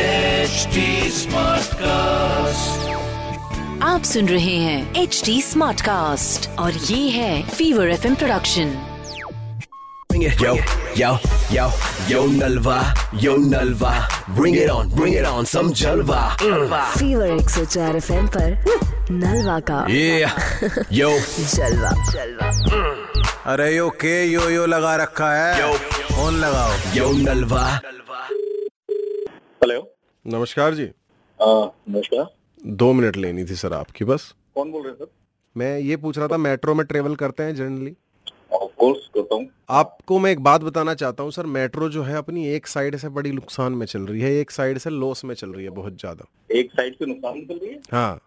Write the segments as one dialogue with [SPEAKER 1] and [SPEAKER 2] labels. [SPEAKER 1] HD Smartcast.
[SPEAKER 2] आप सुन रहे हैं एच डी स्मार्ट कास्ट और ये है fever F production
[SPEAKER 3] Bring it. Yo, yo, yo, yo, Nalva, yo, Nalva. Bring it on, bring it on, some Jalva. Mm.
[SPEAKER 2] Fever एक सौ चार एफ एम नलवा का
[SPEAKER 3] Yeah, yo,
[SPEAKER 2] जलवा जलवा
[SPEAKER 4] अरे यो के यो यो लगा रखा है
[SPEAKER 3] Yo.
[SPEAKER 4] फोन लगाओ
[SPEAKER 3] yo, Nalva.
[SPEAKER 5] हेलो
[SPEAKER 4] नमस्कार जी
[SPEAKER 5] हाँ, नमस्कार
[SPEAKER 4] दो मिनट लेनी थी सर आपकी बस
[SPEAKER 5] कौन बोल रहे हैं
[SPEAKER 4] मैं ये पूछ रहा था मेट्रो में ट्रेवल करते हैं जनरली
[SPEAKER 5] सर ऑफ कोर्स करता हूँ
[SPEAKER 4] आपको मैं एक बात बताना चाहता हूँ सर मेट्रो जो है अपनी एक साइड से बड़ी नुकसान में चल रही है एक साइड से लॉस में चल रही है बहुत ज़्यादा
[SPEAKER 5] एक साइड से नुकसान निकल रही है
[SPEAKER 4] हाँ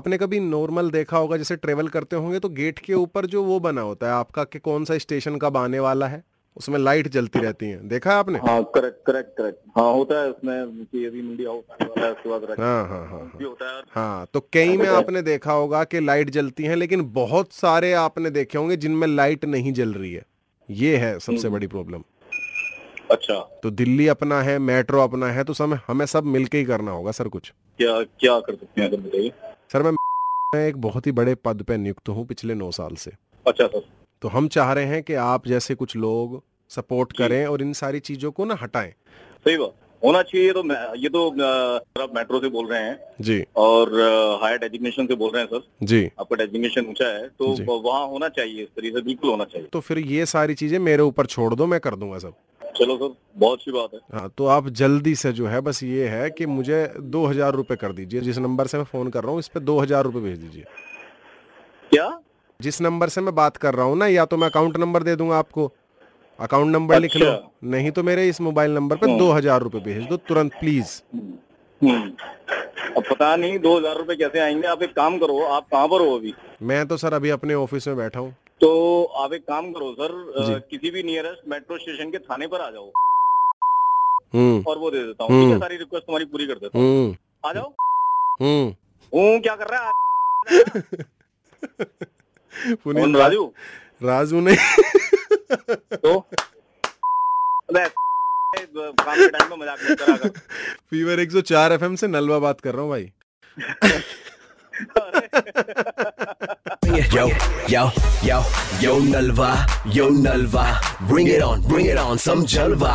[SPEAKER 4] आपने कभी नॉर्मल देखा होगा जैसे ट्रेवल करते होंगे तो गेट के ऊपर जो वो बना होता है आपका कि कौन सा स्टेशन कब आने वाला है उसमें लाइट जलती रहती है देखा है आपने
[SPEAKER 5] हाँ करेक्ट करेक्ट करेक्ट हाँ होता है उसमें कि यदि मंडी हाउस आने वाला है उसके बाद रख-
[SPEAKER 4] हाँ हाँ हाँ हाँ
[SPEAKER 5] भी होता है
[SPEAKER 4] हाँ तो कई में आपने देखा होगा कि लाइट जलती है लेकिन बहुत सारे आपने देखे होंगे जिनमें लाइट नहीं जल रही है ये है सबसे बड़ी प्रॉब्लम
[SPEAKER 5] अच्छा
[SPEAKER 4] तो दिल्ली अपना है मेट्रो अपना है तो सब हमें सब मिलके ही करना होगा सर कुछ
[SPEAKER 5] क्या क्या कर सकते हैं अगर बताइए
[SPEAKER 4] सर मैं मैं एक बहुत ही बड़े पद पे नियुक्त हूँ पिछले नौ साल से
[SPEAKER 5] अच्छा सर
[SPEAKER 4] तो हम चाह रहे हैं कि आप जैसे कुछ लोग सपोर्ट करें और इन सारी चीज़ों को ना हटाएं
[SPEAKER 5] सही बात होना चाहिए ये तो मैं- ये तो अ, आप मेट्रो से बोल रहे हैं
[SPEAKER 4] जी
[SPEAKER 5] और अ, हायर डेजिग्नेशन से बोल रहे हैं सर
[SPEAKER 4] जी
[SPEAKER 5] आपका डेजिग्नेशन ऊंचा है
[SPEAKER 4] जी।
[SPEAKER 5] तो वहाँ होना चाहिए इस तरीके से बिल्कुल होना चाहिए
[SPEAKER 4] तो फिर ये सारी चीज़ें मेरे ऊपर छोड़ दो मैं कर दूंगा सब
[SPEAKER 5] चलो सर बहुत अच्छी बात है
[SPEAKER 4] हाँ तो आप जल्दी से जो है बस ये है कि मुझे दो हजार रुपये कर दीजिए जिस नंबर से मैं फ़ोन कर रहा हूँ इस पर दो हजार रुपये भेज दीजिए
[SPEAKER 5] क्या
[SPEAKER 4] जिस नंबर से मैं बात कर रहा हूँ ना या तो मैं अकाउंट नंबर दे दूंगा आपको अकाउंट नंबर लिख लो
[SPEAKER 5] अच्छा।
[SPEAKER 4] नहीं तो मेरे इस मोबाइल नंबर पर
[SPEAKER 5] हम्म।
[SPEAKER 4] दो हजार रुपये भेज दो तुरंत प्लीज़
[SPEAKER 5] हम्म। अब पता नहीं दो हजार रूपए कैसे आएंगे आप एक काम करो आप कहाँ पर हो अभी
[SPEAKER 4] मैं तो सर अभी अपने ऑफिस में बैठा हूँ
[SPEAKER 5] तो आप एक काम करो सर अ,
[SPEAKER 4] जी।
[SPEAKER 5] किसी भी नियरेस्ट मेट्रो स्टेशन के थाने पर आ जाओ
[SPEAKER 4] हम्म,
[SPEAKER 5] और वो दे देता हूँ ठीक है
[SPEAKER 4] हम्म।
[SPEAKER 5] सारी रिक्वेस्ट तुम्हारी पूरी कर देता हूँ
[SPEAKER 4] हम्म,
[SPEAKER 5] आ जाओ
[SPEAKER 4] हम्म।
[SPEAKER 5] हूँ क्या कर रहा है
[SPEAKER 4] पुनीत
[SPEAKER 5] कौन,
[SPEAKER 4] रा-
[SPEAKER 5] राजू
[SPEAKER 4] राजू नहीं
[SPEAKER 5] तो अबे, काम के टाइम में मजाक मत करा कर
[SPEAKER 4] फीवर 104 एफएम से नलवा बात कर रहा हूँ भाई
[SPEAKER 3] Bring it. Yo, yo, yo, yo, Nalva, yo, Nalva. Bring it on, bring it on, some Jalva.